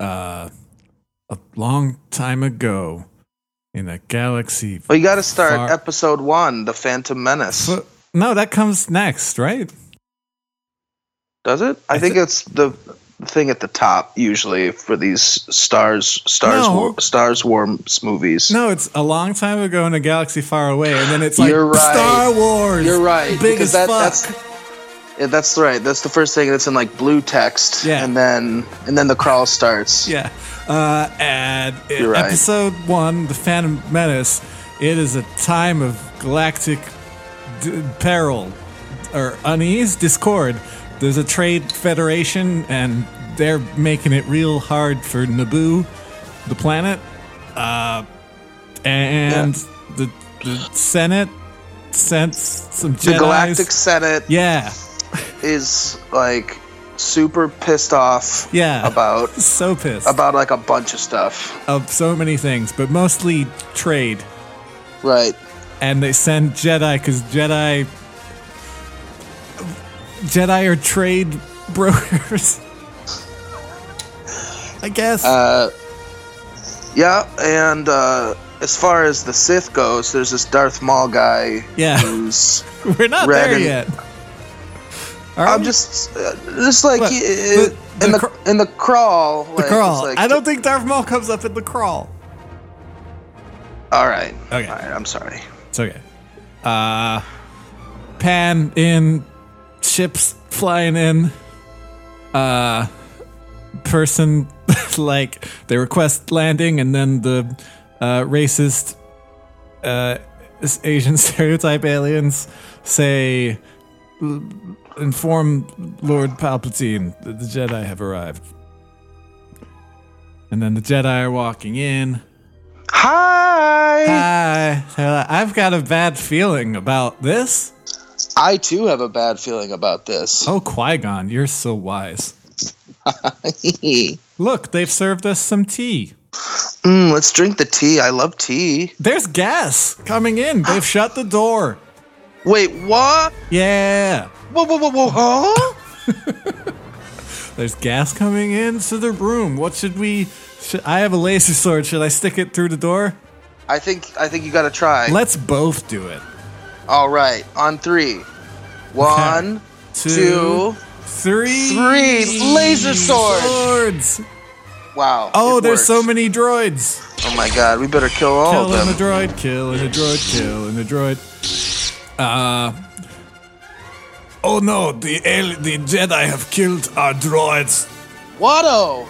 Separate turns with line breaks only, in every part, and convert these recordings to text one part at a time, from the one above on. uh, long time ago in a galaxy.
Well, you got to start
far-
episode one, The Phantom Menace.
Fo- no, that comes next, right?
Does it? I,
I
think
thi-
it's the thing at the top usually for these stars, stars,
No.
war, stars, wars movies.
No, it's a long time ago in a galaxy far away, and then it's like
You're right.
Star Wars.
You're right.
Big
because
as
that,
fuck.
that's yeah, that's right. That's the first thing that's in like blue text.
Yeah.
And then and then the crawl starts.
Yeah. Uh, and i-
You're right.
episode one, The Phantom Menace, it is a time of galactic d- peril or unease, discord. There's a trade federation, and they're making it real hard for Naboo, the planet. Uh, and the, the Senate sent some Jedi's.
The Galactic Senate
Yeah.
is like super pissed off
Yeah.
about
So pissed.
about like a bunch of stuff.
of so many things, but mostly trade.
Right.
and they send Jedi because Jedi Jedi are trade brokers. I guess.
Uh, Yeah, and uh as far as the Sith goes, there's this Darth Maul guy
yeah,
who's
we're not
red
there
and-
yet. Are
I'm
we?
just uh, just like
Look,
he-
the-
uh, in
the
the,
cr-
in the crawl.
the
like,
crawl.
it's like-
I don't think Darth Maul comes up in the crawl.
All right.
Okay.
All right. I'm sorry.
It's okay. Uh, pan in, ships flying in. Uh, person like they request landing, and then the uh, racist uh, Asian stereotype aliens say, "Inform Lord Palpatine that the Jedi have arrived." And then the Jedi are walking in.
Hi.
Hi. Uh, I've got a bad feeling about this.
I too have a bad feeling about this.
Oh, Qui Gon, you're so wise.
mm,
Look, they've served us some tea.
let's drink the tea. I love tea.
There's gas coming in. They've shut the door.
Wait, what?
Yeah.
Whoa, whoa, whoa, whoa, huh?
There's gas coming into the room. What should we? Should, I have a laser sword. Should I stick it through the door?
I think I think you gotta try.
Let's both do it.
All right, on three. One,
Two,
two.
three,
three. Laser sword.
Swords.
Wow.
Oh,
it
there's so
works.
many droids.
Oh my god, we better kill all
Killing
of
the
them.
droid, killing the droid, killing the droid. Uh. Oh no, the ali- the Jedi have killed our droids.
Watto.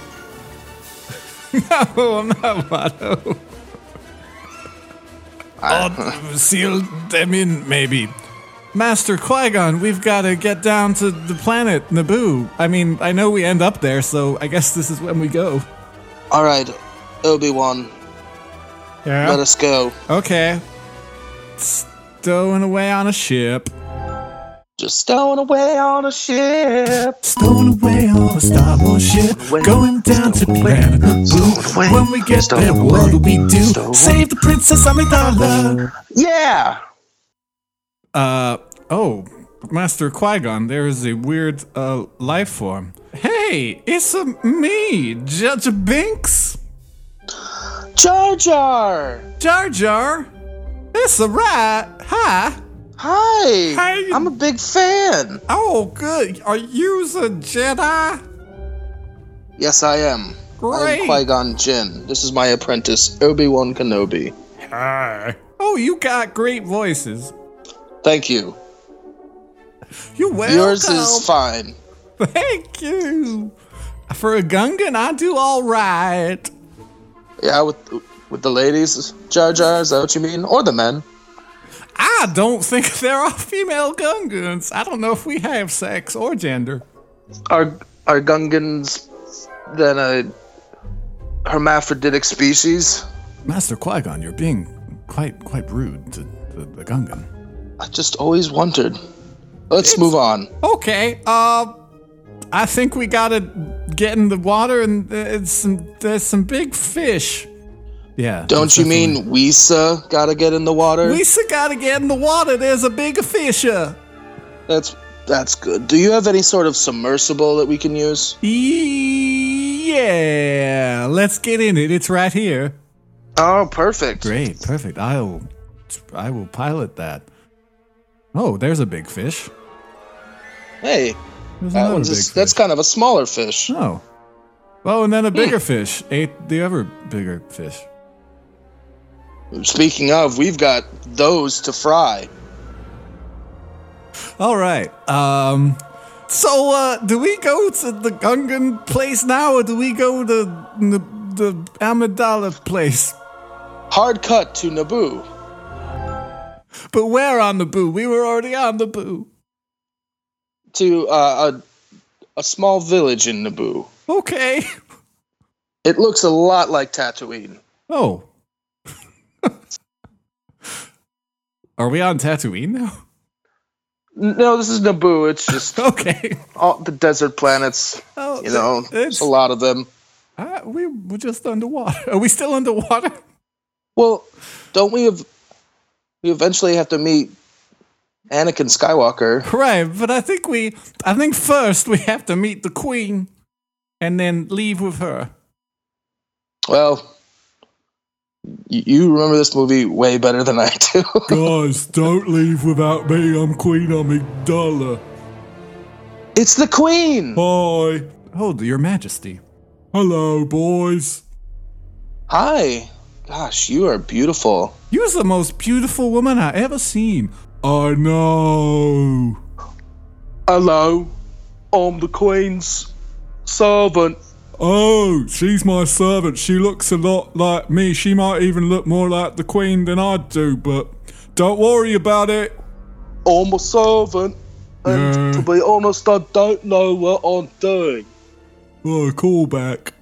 Oh, no, I'm not Watto. oh, seal them in, maybe. Master Qui Gon, we've got to get down to the planet Naboo. I mean, I know we end up there, so I guess this is when we go.
All right, Obi Wan,
Yeah.
let us go.
Okay. Stowing away on a ship.
Just stowing away on a ship.
Stowing away on a Star Wars ship,
away.
going down to
Stowing
planet
Stowing away.
Naboo. When we get
Stowing
there, what
away.
do we do?
Stowing-
Save the princess Amidala.
Yeah.
Uh oh, Master Qui Gon, there is a weird uh life form. Hey, it's a me, Judge Binks,
Jar Jar.
Jar Jar. It's a rat. Hi.
Hi.
Hi.
I'm a big fan.
Oh, good. Are you a Jedi?
Yes, I am.
Great.
I'm Qui Gon Jinn. This is my apprentice, Obi Wan Kenobi.
Oh, you got great voices.
Thank you.
You welcome.
Yours is fine.
Thank you. For a Gungan, I do all right.
Yeah, with with the ladies, Jar Jar. Is that what you mean? Or the men?
I don't think there are female Gungans. I don't know if we have sex or gender.
Are are Gungans then a hermaphroditic species?
Master Qui Gon, you're being quite quite rude to the, the Gungan.
I just always wondered. Let's move on.
Okay. Uh, I think we gotta get in the water, and it's some, there's some big fish. Yeah.
Don't you mean Weesa gotta get in the water?
We still gotta get in the water. There's a big fisher.
That's that's good. Do you have any sort of submersible that we can use?
Yee- Yeah, let's get in it. It's right here.
Oh, perfect.
Great, perfect. I will, I will pilot that. Oh, there's a big fish.
Hey,
There's
that
another
one's a-
big
that's
fish.
kind of a smaller fish.
Oh, oh, and then a bigger fish ate the other bigger fish.
Speaking of, we've got those to fry.
All right. Um. So, uh, do we go to the Gungan place now, or do we go to the, the Amidala place?
Hard cut to Naboo.
But we're on the boo. We were already on the boo.
to uh, a, a small village in Naboo.
Okay.
It looks a lot like Tatooine.
Oh. Are we on Tatooine now?
No, this is Naboo. It's just
Okay.
all the desert planets.
Oh,
You know,
it's,
it's a lot of them.
uh, we were just underwater. Are we still underwater?
Well, don't we have? We eventually have to meet Anakin Skywalker.
Right, but I think we, I think first we have to meet the queen, and then leave with her.
Well, y- you remember this movie way better than I do.
Guys, don't leave without me. I'm Queen Amygdala.
it's the Queen.
Bye. Hold your majesty. Hello, boys.
Hi. Gosh, you are beautiful.
You're the most beautiful woman I ever seen. I know.
Hello, I'm the Queen's servant.
Oh, she's my servant. She looks a lot like me. She might even look more like the queen than I do, but don't worry about it.
I'm a servant, and
Yeah.
to be honest, I don't know what I'm doing.
Oh, call back.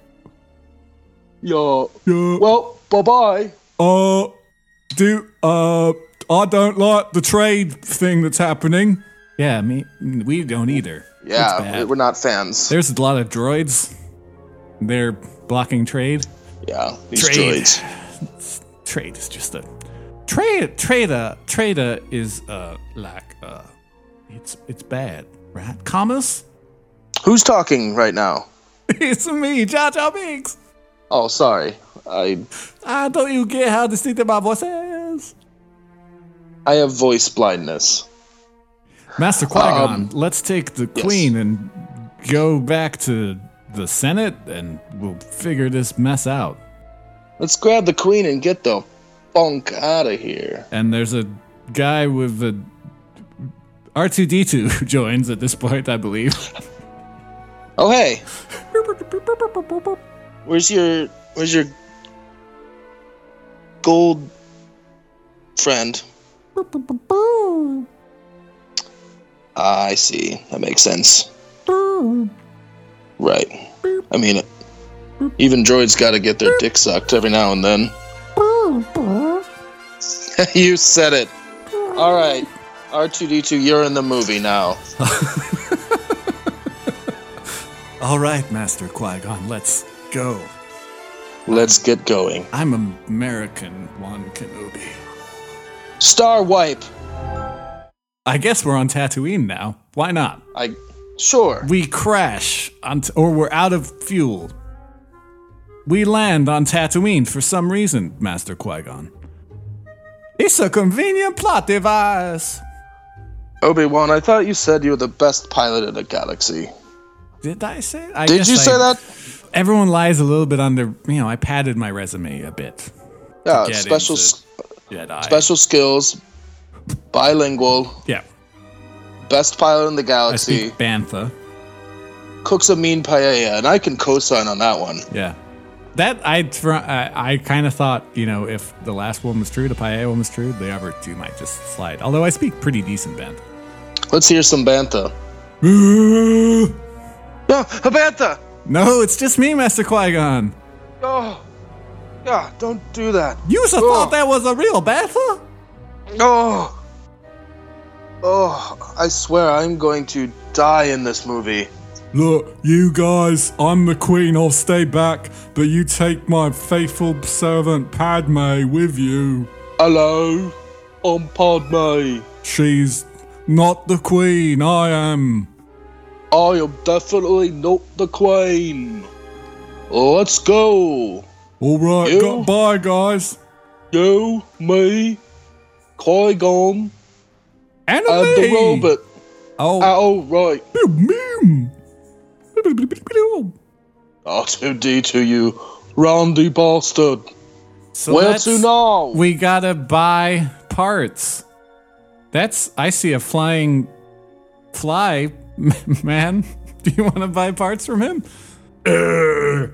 Yeah.
Yeah.
Well, bye bye.
Uh, do uh, I don't like the trade thing that's happening. Yeah, me, we don't either. It's
Yeah,
bad.
we're not fans.
There's a lot of droids. They're blocking trade.
yeah, these
Trade.
droids.
Trade is just a trade. Trader, trader is uh like uh, it's it's bad, right? Commas.
Who's talking right now?
it's me, Jar Jar Binks.
Oh, sorry. I
I don't you get how distinctive my voice is.
I have voice blindness.
Master Qui Gon, let's take the
yes.
Queen and go back to the Senate, and we'll figure this mess out.
Let's grab the Queen and get the funk out of here.
and there's a guy with a R2D2 who joins at this point, I believe.
Oh, hey, where's your where's your gold friend? Ah, I see. That makes sense. Right. I mean, even droids gotta get their dick sucked every now and then. you said it. All right. R2D2, you're in the movie now.
All right, Master Qui Gon, let's go.
Let's get going.
I'm American, Juan Kenobi.
Star wipe.
I guess we're on Tatooine now. Why not?
I. Sure.
We crash on t- or we're out of fuel. We land on Tatooine for some reason, Master Qui Gon. It's a convenient plot device.
Obi Wan, I thought you said you were the best pilot in the galaxy.
Did I say? I
Did
guess
you
I-
say that?
Everyone lies a little bit on their. You know, I padded my resume a bit.
Yeah,
get
Uh, special,
into-
s-
Jedi.
special skills, bilingual,
Yeah,
best pilot in the
I
galaxy,
speak Bantha.
cooks a mean paella, and I can co sign on that one.
Yeah, that I thr- I, I kind of thought you know if the last one was true, the Paella one was true, the other two might just slide. Although I speak pretty decent Bantha.
Let's hear some Bantha. Yeah, a Bantha!
No, it's just me, Master Qui Gon.
Oh, yeah, don't do that.
You have thought that was a real Bantha?
Oh, oh, I swear I'm going to die in this movie.
Look, you guys, I'm the queen. I'll stay back, but you take my faithful servant Padme with you.
Hello, I'm Padme.
She's not the queen. I am.
I am definitely not the queen. Let's go.
All right,
You-
go- bye, guys.
You, me, Qui Gon,
And me.
and the robot.
Oh,
Oh, right.
meow.
R2D to you, Randy bastard.
So
Where
that's-
to now?
We gotta buy parts. That's I see a flying fly man. Do you want to buy parts from him?
Uh,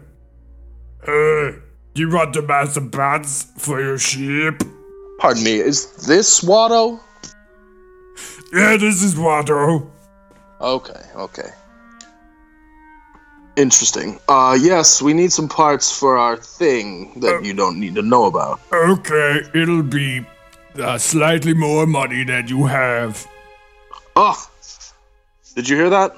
uh, you want to buy some parts for your ship?
Pardon me, is this Watto?
Yeah, this is Watto.
Okay, okay. Interesting. Uh, yes, we need some parts for our thing that you don't need to know about.
Okay, it'll be uh, slightly more money than you have.
Oh! Did you hear that?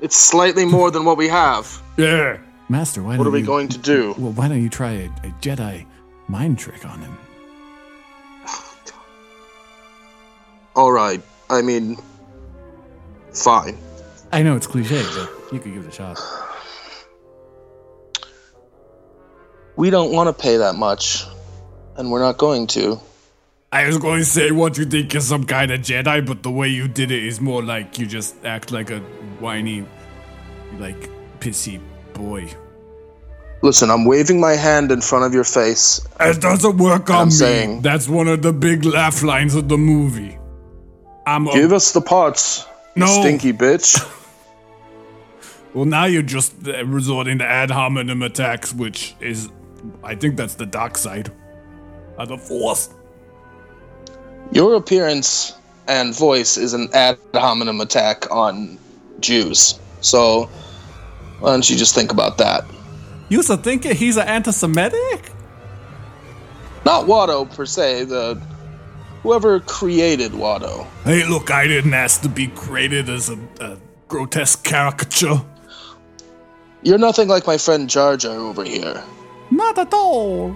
It's slightly more than what we have.
Yeah.
Master, why
What are
don't
we
you,
going to do?
Well, why don't you try a, a Jedi mind trick on him?
Alright, I mean, fine.
I know it's cliche, but you could give it a shot.
We don't want to pay that much, and we're not going to.
I was going to say what you think is some kind of Jedi, but the way you did it is more like you just act like a whiny, like pissy boy.
Listen, I'm waving my hand in front of your face.
It doesn't work on
I'm
me.
saying-
That's one of the big laugh lines of the movie. I'm a
Give us the parts, you
No.
stinky bitch.
Well, now you're just uh, resorting to ad hominem attacks, which is, I think that's the dark side of the force.
Your appearance and voice is an ad hominem attack on Jews. So, why don't you just think about that?
You so think he's an anti-Semitic?
Not Watto per se, the whoever created Watto.
Hey, look, I didn't ask to be created as a, a grotesque caricature.
You're nothing like my friend Jar Jar over here,
Not at all.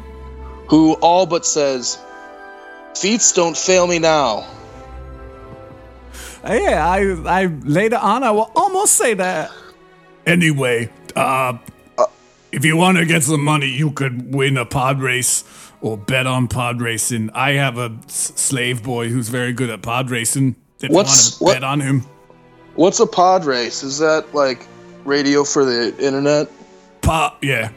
who all but says, "Feats don't fail me now."
Yeah, I, I later on I will almost say that.
Anyway, uh, if you want to get some money, you could win a pod race or bet on pod racing. I have a s- slave boy who's very good at pod racing. If
What's-
you
what-
want to bet on him,
What's a pod race? Is that like radio for the internet?
pop, yeah.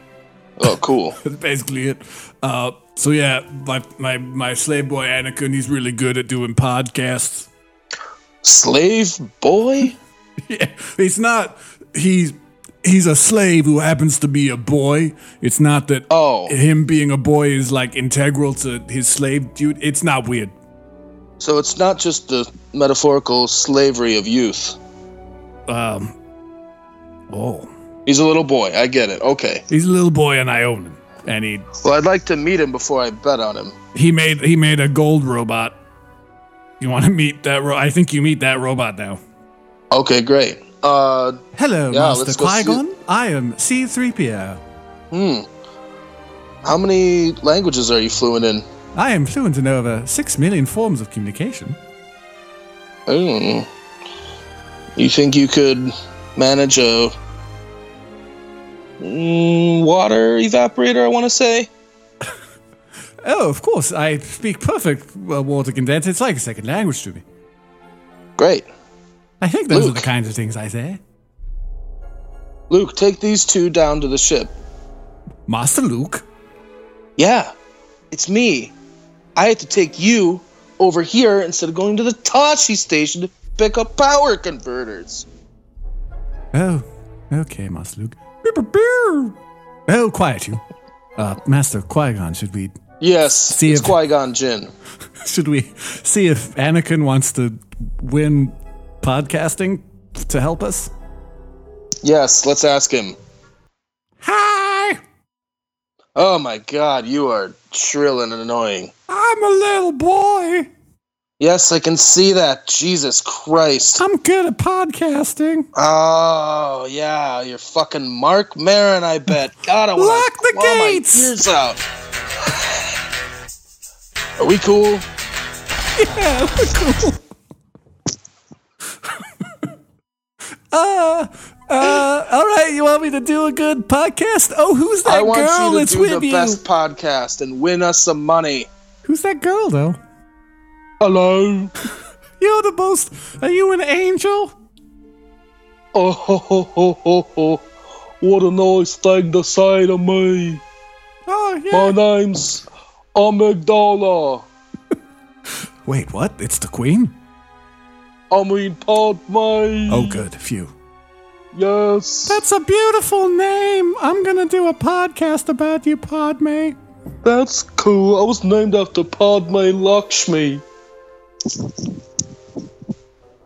Oh, cool.
That's basically it. Uh, so yeah, my my my slave boy Anakin, he's really good at doing podcasts.
Slave boy?
Yeah, it's not he's he's a slave who happens to be a boy. It's not that
Oh.
him being a boy is like integral to his slave dude. It's not weird.
So it's not just the metaphorical slavery of youth.
Um, oh,
He's a little boy. I get it. Okay.
he's a little boy and I own him, and he
Well, I'd like to meet him before I bet on him.
he made he made a gold robot. You want to meet that? Ro- I think you meet that robot now.
Okay, great. Uh,
Hello,
Yeah,
Master
let's go see-
Qui-Gon. I am C-3PO.
hmm. How many languages are you fluent in?
I am fluent in over six million forms of communication.
Ooh. Hmm. You think you could manage a mm, water evaporator? I want to say.
Oh, of course, I speak perfect uh, water condensed. It's like a second language to me.
Great.
I think those are
Luke.
the kinds of things I say.
Luke, take these two down to the ship.
Master Luke?
Yeah, it's me. I had to take you over here instead of going to the Tashi station to pick up power converters.
Oh, okay, Master Luke. Beep, beep, beep. Oh, quiet you. Uh, Master Qui-Gon, should we
Yes,
See
it's
if-
Qui Gon Jinn.
should we see if Anakin wants to win podcasting to help us?
Yes, let's ask him.
Hi,
Oh my god, you are shrill and annoying.
I'm a little boy.
Yes, I can see that. Jesus Christ.
I'm good at podcasting.
Oh, yeah, you're fucking Mark Marin, I bet. God, I want
Lock the gates!
My ears out. Are we cool?
Yeah, cool. uh, uh, all right, you want me to do a good podcast? Oh, who's that
I want
girl
you to
that's
do
with
the
you?
best podcast and win us some money.
Who's that girl, though?
Hello.
You're the most. Are you an angel?
Oh, ho, ho, ho, ho, ho. what a nice thing to say to me.
Oh, yeah.
My name's Amygdala.
Wait, what? It's the queen?
I mean, Padme.
Oh, good. Phew.
Yes.
That's a beautiful name. I'm going to do a podcast about you, Podme.
That's cool. I was named after Padme Lakshmi.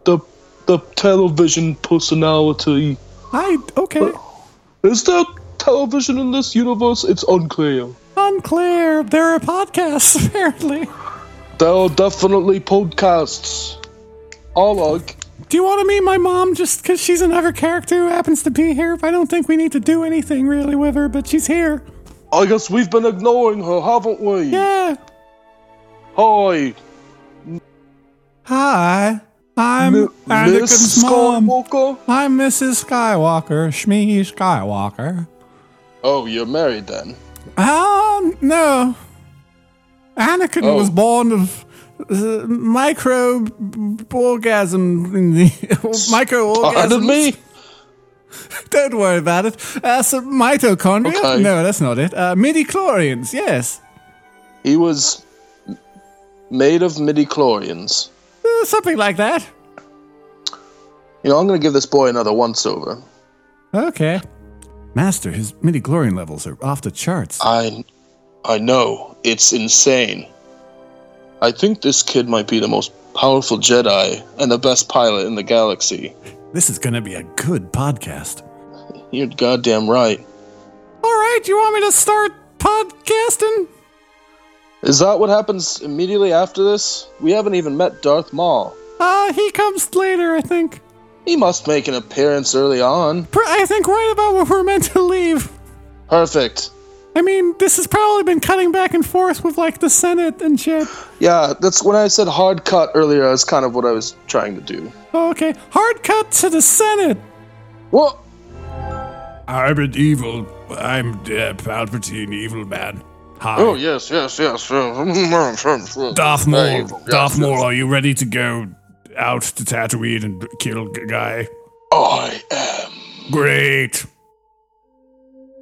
The the television personality.
I. Okay.
Is there television in this universe? It's unclear.
Unclear. There are podcasts, apparently.
There are definitely podcasts. Arlog,
Do you want to meet my mom just because she's another character who happens to be here? I don't think we need to do anything really with her, but she's here.
I guess we've been ignoring her, haven't we?
Yeah.
Hi,
Hi. I'm
M-
Anakin's
Miss
mom.
Skywalker.
I'm Mrs. Skywalker, Shmee Skywalker.
Oh, you're married then.
Um, no. Anakin
Oh.
was born of uh, micro orgasm. in the- micro
Pardon
orgasms.
me.
Don't worry about it. Uh, some mitochondria?
Okay.
No, that's not it. Uh, midi chlorians, yes.
He was m- made of midi chlorians.
Uh, something like that.
You know, I'm gonna give this boy another once over.
Okay. Master, his midi chlorian levels are off the charts.
I, I know it's insane. I think this kid might be the most powerful Jedi and the best pilot in the galaxy.
This is going to be a good podcast.
You're goddamn right.
All right, you want me to start podcasting?
Is that what happens immediately after this? We haven't even met Darth Maul.
Uh, he comes later, I think.
He must make an appearance early on.
Pr- I think right about when we're meant to leave.
Perfect.
I mean, this has probably been cutting back and forth with like the Senate and shit.
Yeah, that's when I said hard cut earlier. That's kind of what I was trying to do.
Oh, Okay, hard cut to the Senate.
What?
I'm an evil. I'm uh, Palpatine, evil man. Hi.
Oh yes, yes, yes. yes.
Darth
Very
Maul.
evil, yes,
Darth Maul,
yes.
are you ready to go out to Tatooine and kill g- guy?
I am.
Great.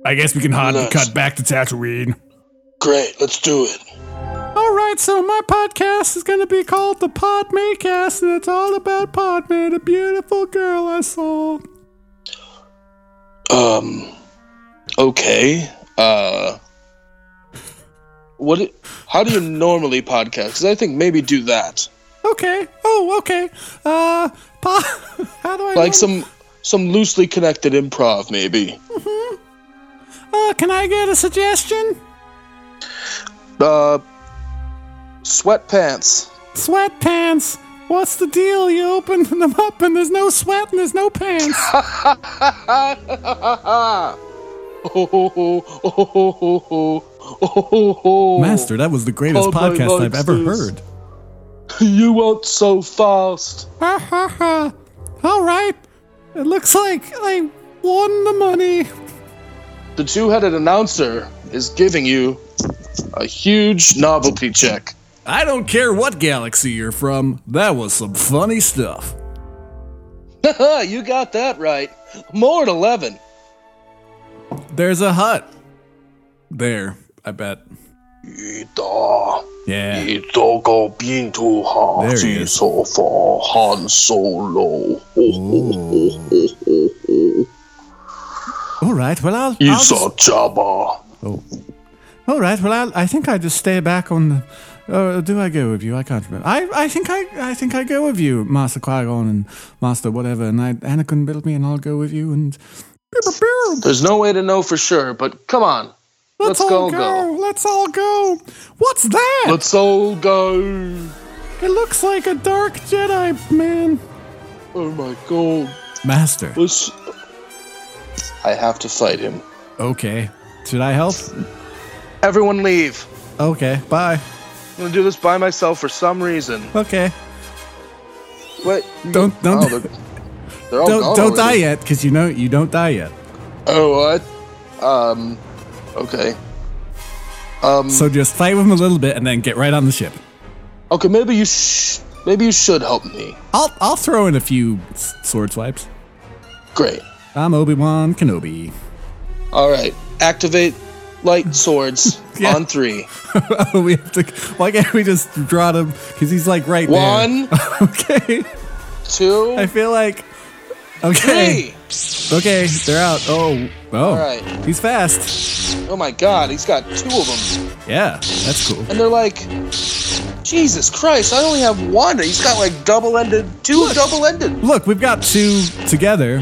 I guess we can hardly
Nice.
cut back to Tatooine.
Great. Let's do it.
All right, so my podcast is going to be called the Podmaycast, and it's all about Podman, a beautiful girl I saw.
Um. Okay. Uh. What? i- How do you normally podcast? 'Cause I think maybe do that,
Okay. Oh, okay. Uh, po- how do I know?
like some some loosely connected improv, maybe.
Uh, can I get a suggestion?
Uh. Sweatpants.
Sweatpants. What's the deal? You open them up and there's no sweat and there's no pants.
Oh, ho, ho, oh, ho, ho, ho, ho, oh, ho, ho.
Master, that was the greatest
Oh, my
podcast I've
God,
ever
please.
heard.
you weren't so fast.
Ha ha ha. All right. It looks like I won the money.
The two-headed announcer is giving you a huge novelty check.
I don't care what galaxy you're from. That was some funny stuff.
you got that right. More at 11.
There's a hut. There, I bet. Yeah. There he is. All right. Well, I'll.
You
I'll just-
saw Jabba.
Oh. All right. Well, I'll, I think I just stay back on the. Or do I go with you? I can't remember. I, I think I I think I go with you, Master Qui Gon and Master whatever. And I, Anakin built me, and I'll go with you. And
There's no way to know for sure, but come on.
let's,
Let's
all
go,
go,
go.
Let's all go. What's that?
Let's all go.
it looks like a dark Jedi man.
Oh my god.
Master.
Let's. I have to fight him.
Okay. Should I help?
Everyone leave.
Okay. Bye.
I'm gonna do this by myself for some reason.
Okay.
Wait.
Don't don't
Oh, they're- They're all
don't
gone
don't die
already.
yet, because you know you don't die yet.
Oh, what? Um, okay. Um,
So just fight with him a little bit and then get right on the ship.
okay, maybe you sh- maybe you should help me.
I'll I'll throw in a few s- sword swipes.
Great.
I'm Obi Wan Kenobi.
All right. Activate light swords
Yeah.
on three.
Oh, we have to. Why can't we just draw him? Because he's like right
One,
there. okay.
two,
I feel like. Okay.
three.
Okay, they're out. Oh, oh.
right.
He's fast.
Oh my God, he's got two of them,
Yeah, that's cool.
and they're like, Jesus Christ! I only have one. He's got like double-ended, two double-ended.
Look, we've got two together.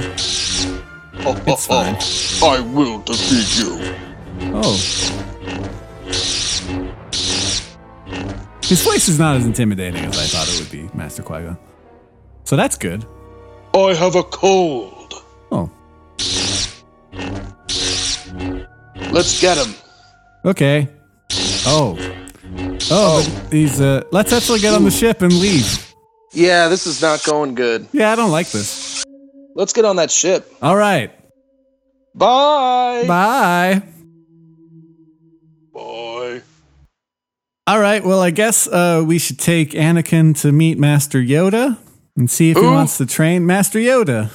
Oh, oh,
It's fine.
oh. I will defeat you.
Oh. His voice is not as intimidating as I thought it would be, Master qui So that's good.
I have a cold.
Oh,
Let's get him.
okay. Oh. Oh, but he's, uh, let's actually get on the ship and leave.
Yeah, this is not going good.
Yeah, I don't like this.
Let's get on that ship.
All right.
Bye.
Bye.
Bye.
All right. Well, I guess uh, we should take Anakin to meet Master Yoda and see if he
Who?
wants to train Master Yoda.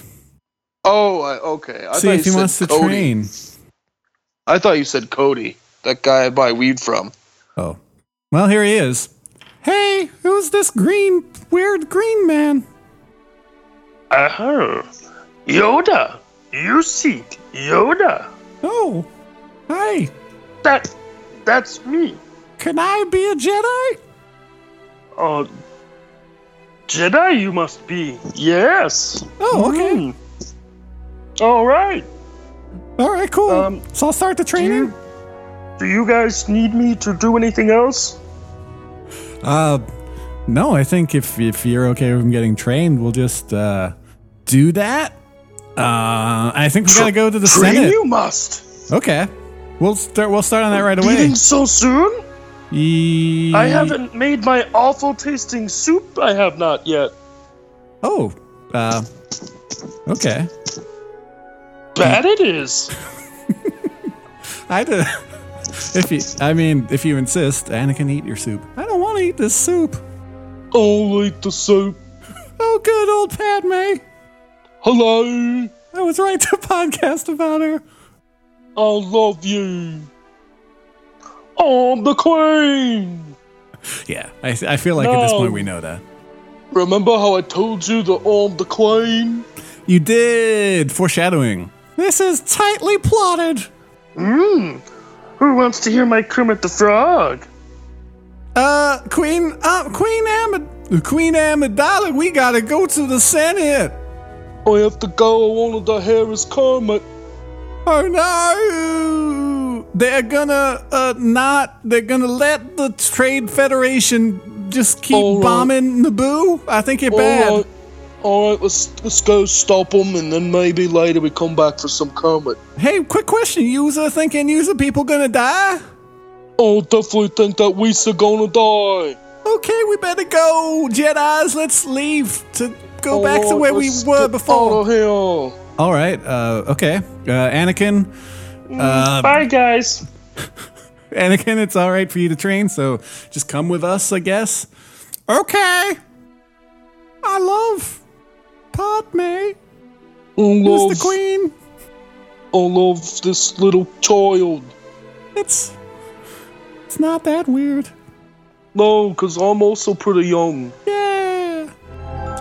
Oh, I- okay. I
see
thought
if he
you said
wants to
Cody.
train.
I thought you said Cody, that guy I buy weed from.
Oh. Well, here he is. Hey, who's this green, weird green man?
Uh huh. Yoda. You seek Yoda.
Oh. Hi.
That, that's me.
Can I be a Jedi?
Uh,
Oh, Jedi you must be. Yes.
Oh, okay.
Hmm.
All right.
All right, cool.
Um,
so I'll start the training.
Do you guys need me to do anything else?
Uh, no, I think if if you're okay with him getting trained, we'll just uh do that. Uh, I think we gotta go to the
Train
Senate.
you must.
Okay, we'll start. We'll start on that right away.
Eating so soon?
Ye-
I haven't made my awful tasting soup. I have not yet.
Oh, uh, okay.
Bad it is.
I did. If you, I mean, if you insist, Anakin, eat your soup. I don't want to eat this soup.
I'll eat the soup.
Oh, good old Padme.
Hello.
I was right to podcast about her.
I love you. I'm the queen.
Yeah, I, I feel like at this point we know that.
Remember how I told you that I'm the queen?
You did foreshadowing. This is tightly plotted.
Who wants to hear my Kermit the Frog?
Uh, Queen, uh, Queen Amid, Queen Amidala, we gotta go to the Senate.
I have to go. I wanted to hear his Kermit.
Oh no! They're gonna uh, not. They're gonna let the Trade Federation just keep
All right.
bombing Naboo. I think you're bad.
All right. All right. Let's let's go stop him, and then maybe later we come back for some Kermit.
Hey, quick question, user. Thinking user people gonna die?
I definitely think that we are gonna die.
Okay, we better go, Jedi's. Let's leave to go back to
Lord,
where we
let's
were
get out
before.
of here.
All right. Uh, okay. Uh, Anakin. Uh,
Bye, guys.
Anakin, it's all right for you to train, so just come with us, I guess. Okay. I love Padme,
I
who's
love,
the queen.
I love this little child.
It's it's not that weird.
No, because I'm also pretty young.
Yeah.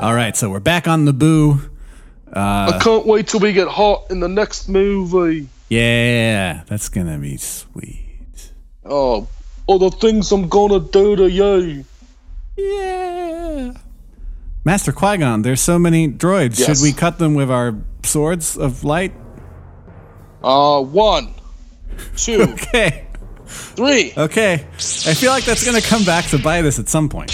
All right, so we're back on the boo.
I can't wait till we get hot in the next movie.
Yeah, that's gonna be sweet.
Oh, all the things I'm gonna do to you.
Yeah. Master Qui Gon, there's so many droids.
Yes.
Should we cut them with our swords of light?
Uh, one, two,
Okay.
three.
Okay. I feel like that's going to come back to bite us at some point.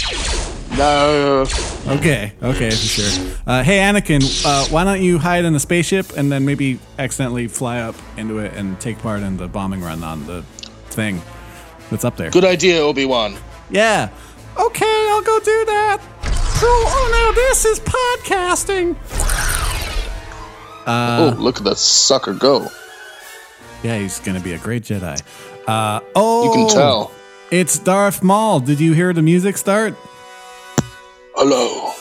No.
Okay. Okay, for sure. Uh, hey, Anakin, uh, why don't you hide in a spaceship and then maybe accidentally fly up into it and take part in the bombing run on the thing that's up there?
Good idea, Obi Wan.
Yeah. Okay, I'll go do that. Oh, oh no, this is podcasting. Uh.
oh, look at that sucker go.
Yeah, he's going to be a great Jedi. Uh, oh,
You can tell.
It's Darth Maul. Did you hear the music start?
Hello.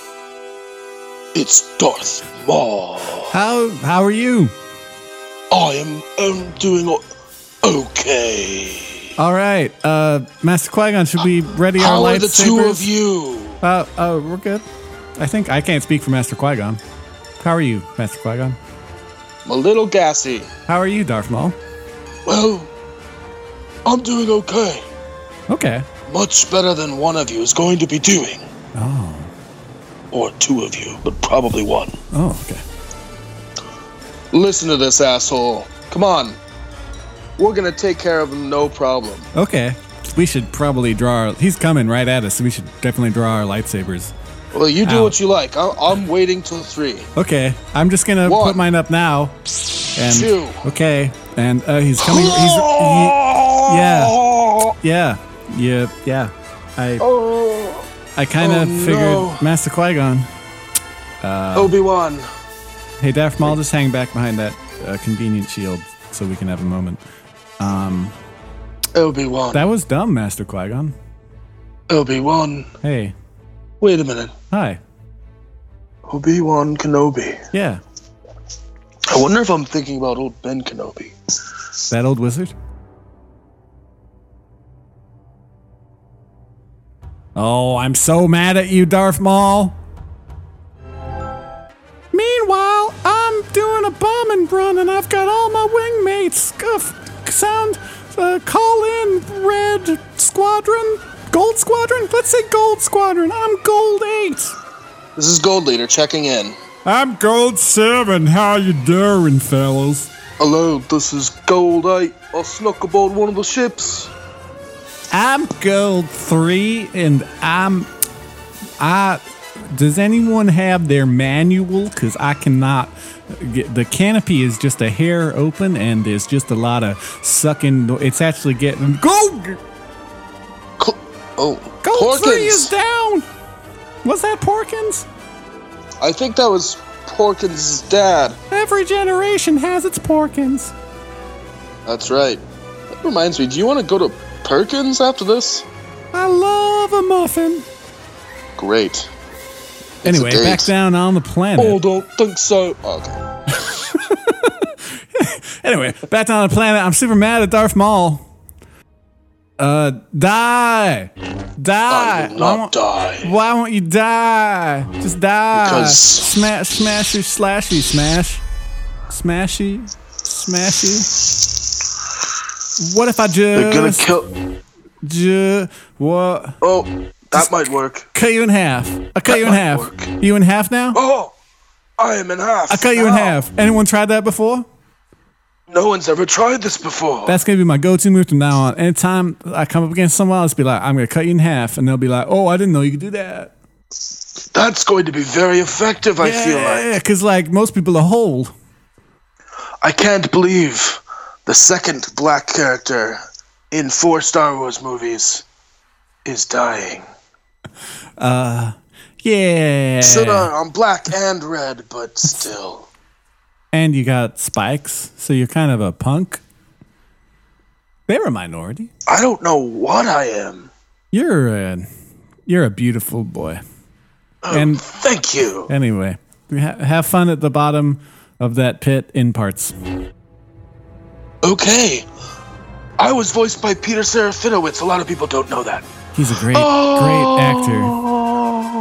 It's Darth Maul.
How how are you?
I am um, doing o- okay.
All right, uh, Master Qui Gon, should we ready
How
our
are the two of
lightsabers?
you?
Uh, uh, we're good. I think I can't speak for Master Qui Gon. How are you, Master Qui Gon?
I'm a little gassy.
How are you, Darth Maul?
Well, I'm doing okay.
Okay.
Much better than one of you is going to be doing.
Oh.
Or two of you, but probably one.
Oh. Okay.
Listen to this asshole. Come on. We're gonna take care of him, no problem.
Okay. We should probably draw. Our, he's coming right at us, so we should definitely draw our lightsabers.
Well, you do
Ow.
what you like. I- I'm waiting till three.
Okay. I'm just gonna
One.
put mine up now. And
Two.
okay. And uh, he's coming. He's, he, yeah. Yeah. Yeah. Yeah. I I kind of
Oh,
figured
no.
Master Qui Gon.
Obi Wan.
Hey, Daft Maul, just hang back behind that uh, convenient shield so we can have a moment.
Obi Wan.
That was dumb, Master Qui Gon.
Obi Wan.
Hey.
Wait a minute.
Hi.
Obi Wan Kenobi.
Yeah.
I wonder if I'm thinking about old Ben Kenobi.
That old wizard? Oh, I'm so mad at you, Darth Maul. Meanwhile, I'm doing a bombing run and I've got all my wingmates. Scuff, sound, uh, call in Red Squadron, Gold Squadron. Let's say Gold Squadron. I'm Gold 8.
This is Gold Leader checking in.
I'm Gold 7. How you doing, fellas?
Hello, this is Gold 8. I snuck aboard one of the ships.
I'm gold three, and I'm I. Does anyone have their manual? Because I cannot. Get, the canopy is just a hair open, and there's just a lot of sucking. no- It's actually getting go.
Cl- oh,
Gold three is
Porkins.
down. Was that Porkins?
I think that was Porkins' dad.
Every generation has its Porkins.
That's right. That reminds me, do you want to go to Perkins after this?
I love a muffin.
Great.
Anyway,
date.
back down on the planet.
Oh, don't think so. Okay.
Anyway, back down on the planet. I'm super mad at Darth Maul. Uh, die, die.
I will not die.
Why won't you die? Just die.
Because-
smash, smasher, slashy, smash, smashy, smashy. What if I
They're gonna
just,
kill.
ju- what?
Oh, that might work.
Cut you in half. I cut you in
might
half.
work.
You in half now?
Oh, I am in half.
I cut you in half. Anyone tried that before?
No one's ever tried this before.
That's gonna be my go-to move from now on. Anytime I come up against someone, I'll just be like, "I'm gonna cut you in half," and they'll be like, "Oh, I didn't know you could do that."
That's going to be very effective, I feel like.
Yeah, because like most people are whole.
I can't believe the second black character in four Star Wars movies is dying.
Yeah.
So uh, no, I'm black and red, but still.
And you got spikes, so you're kind of a punk. They're a minority.
I don't know what I am.
You're a, you're a beautiful boy.
Oh.
And
Thank you.
anyway, ha- have fun at the bottom of that pit in parts.
Okay. I was voiced by Peter Serafinowicz. A lot of people don't know that.
He's a great, great actor,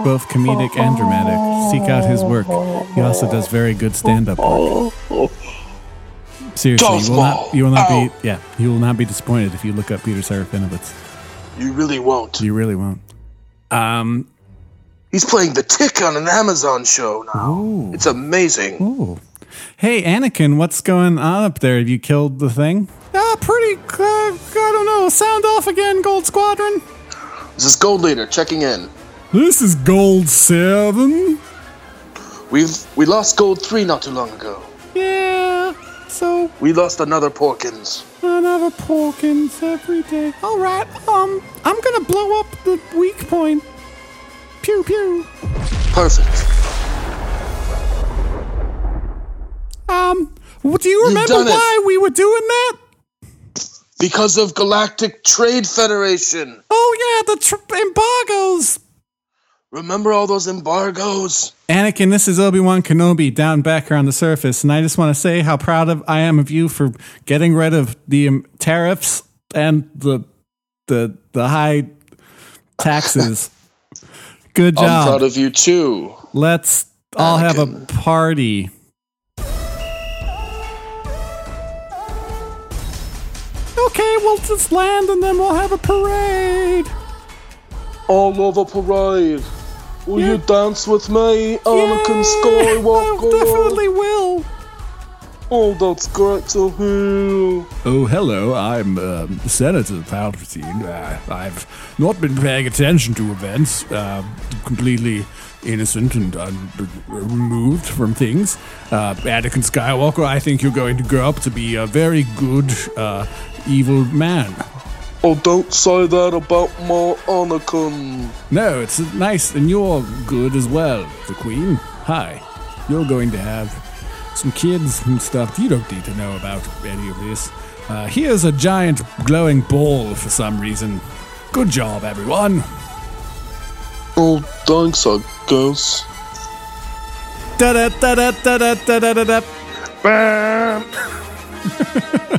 both comedic and dramatic. Seek out his work. He also does very good stand-up work. Seriously, you will not, you will not be, yeah, you will not be disappointed if you look up Peter Serafinowicz.
You really won't.
You really won't. Um,
He's playing the tick on an Amazon show now.
oh,
It's amazing.
oh. Hey, Anakin, what's going on up there? Have you killed the thing? Ah, pretty. Uh, I don't know. Sound off again, Gold Squadron.
This is Gold Leader checking in.
This is Gold Seven.
We've we lost Gold Three not too long ago.
Yeah. So
We lost another Porkins.
another Porkins every day. All right. Um, I'm gonna blow up the weak point. Pew pew.
Perfect.
Um, do you remember
done it.
why we were doing that?
Because of Galactic Trade Federation.
Oh yeah, the tr- embargoes.
Remember all those embargoes?
Anakin, this is Obi Wan Kenobi down back here on the surface, and I just want to say how proud of I am of you for getting rid of the um, tariffs and the the the high taxes. Good
I'm
job.
proud of you too.
Let's all have a
Anakin.
party. Okay, we'll just land and then we'll have a parade.
all over parade. Will you dance with me, Anakin
Yay! I
Skywalker?
definitely will.
Oh, that's great to hear.
Oh, hello. I'm um, Senator Palpatine. Uh, I've not been paying attention to events. Uh, completely innocent and un- removed from things. Uh, Anakin Skywalker, I think you're going to grow up to be a very good uh, evil man.
Oh, don't say that about my Anakin.
No, it's nice, and you're good as well. The Queen. Hi. You're going to have some kids and stuff. You don't need to know about any of this. Uh, here's a giant glowing ball for some reason. Good job, everyone.
Oh, thanks, I guess.
Da da da da da da da da da.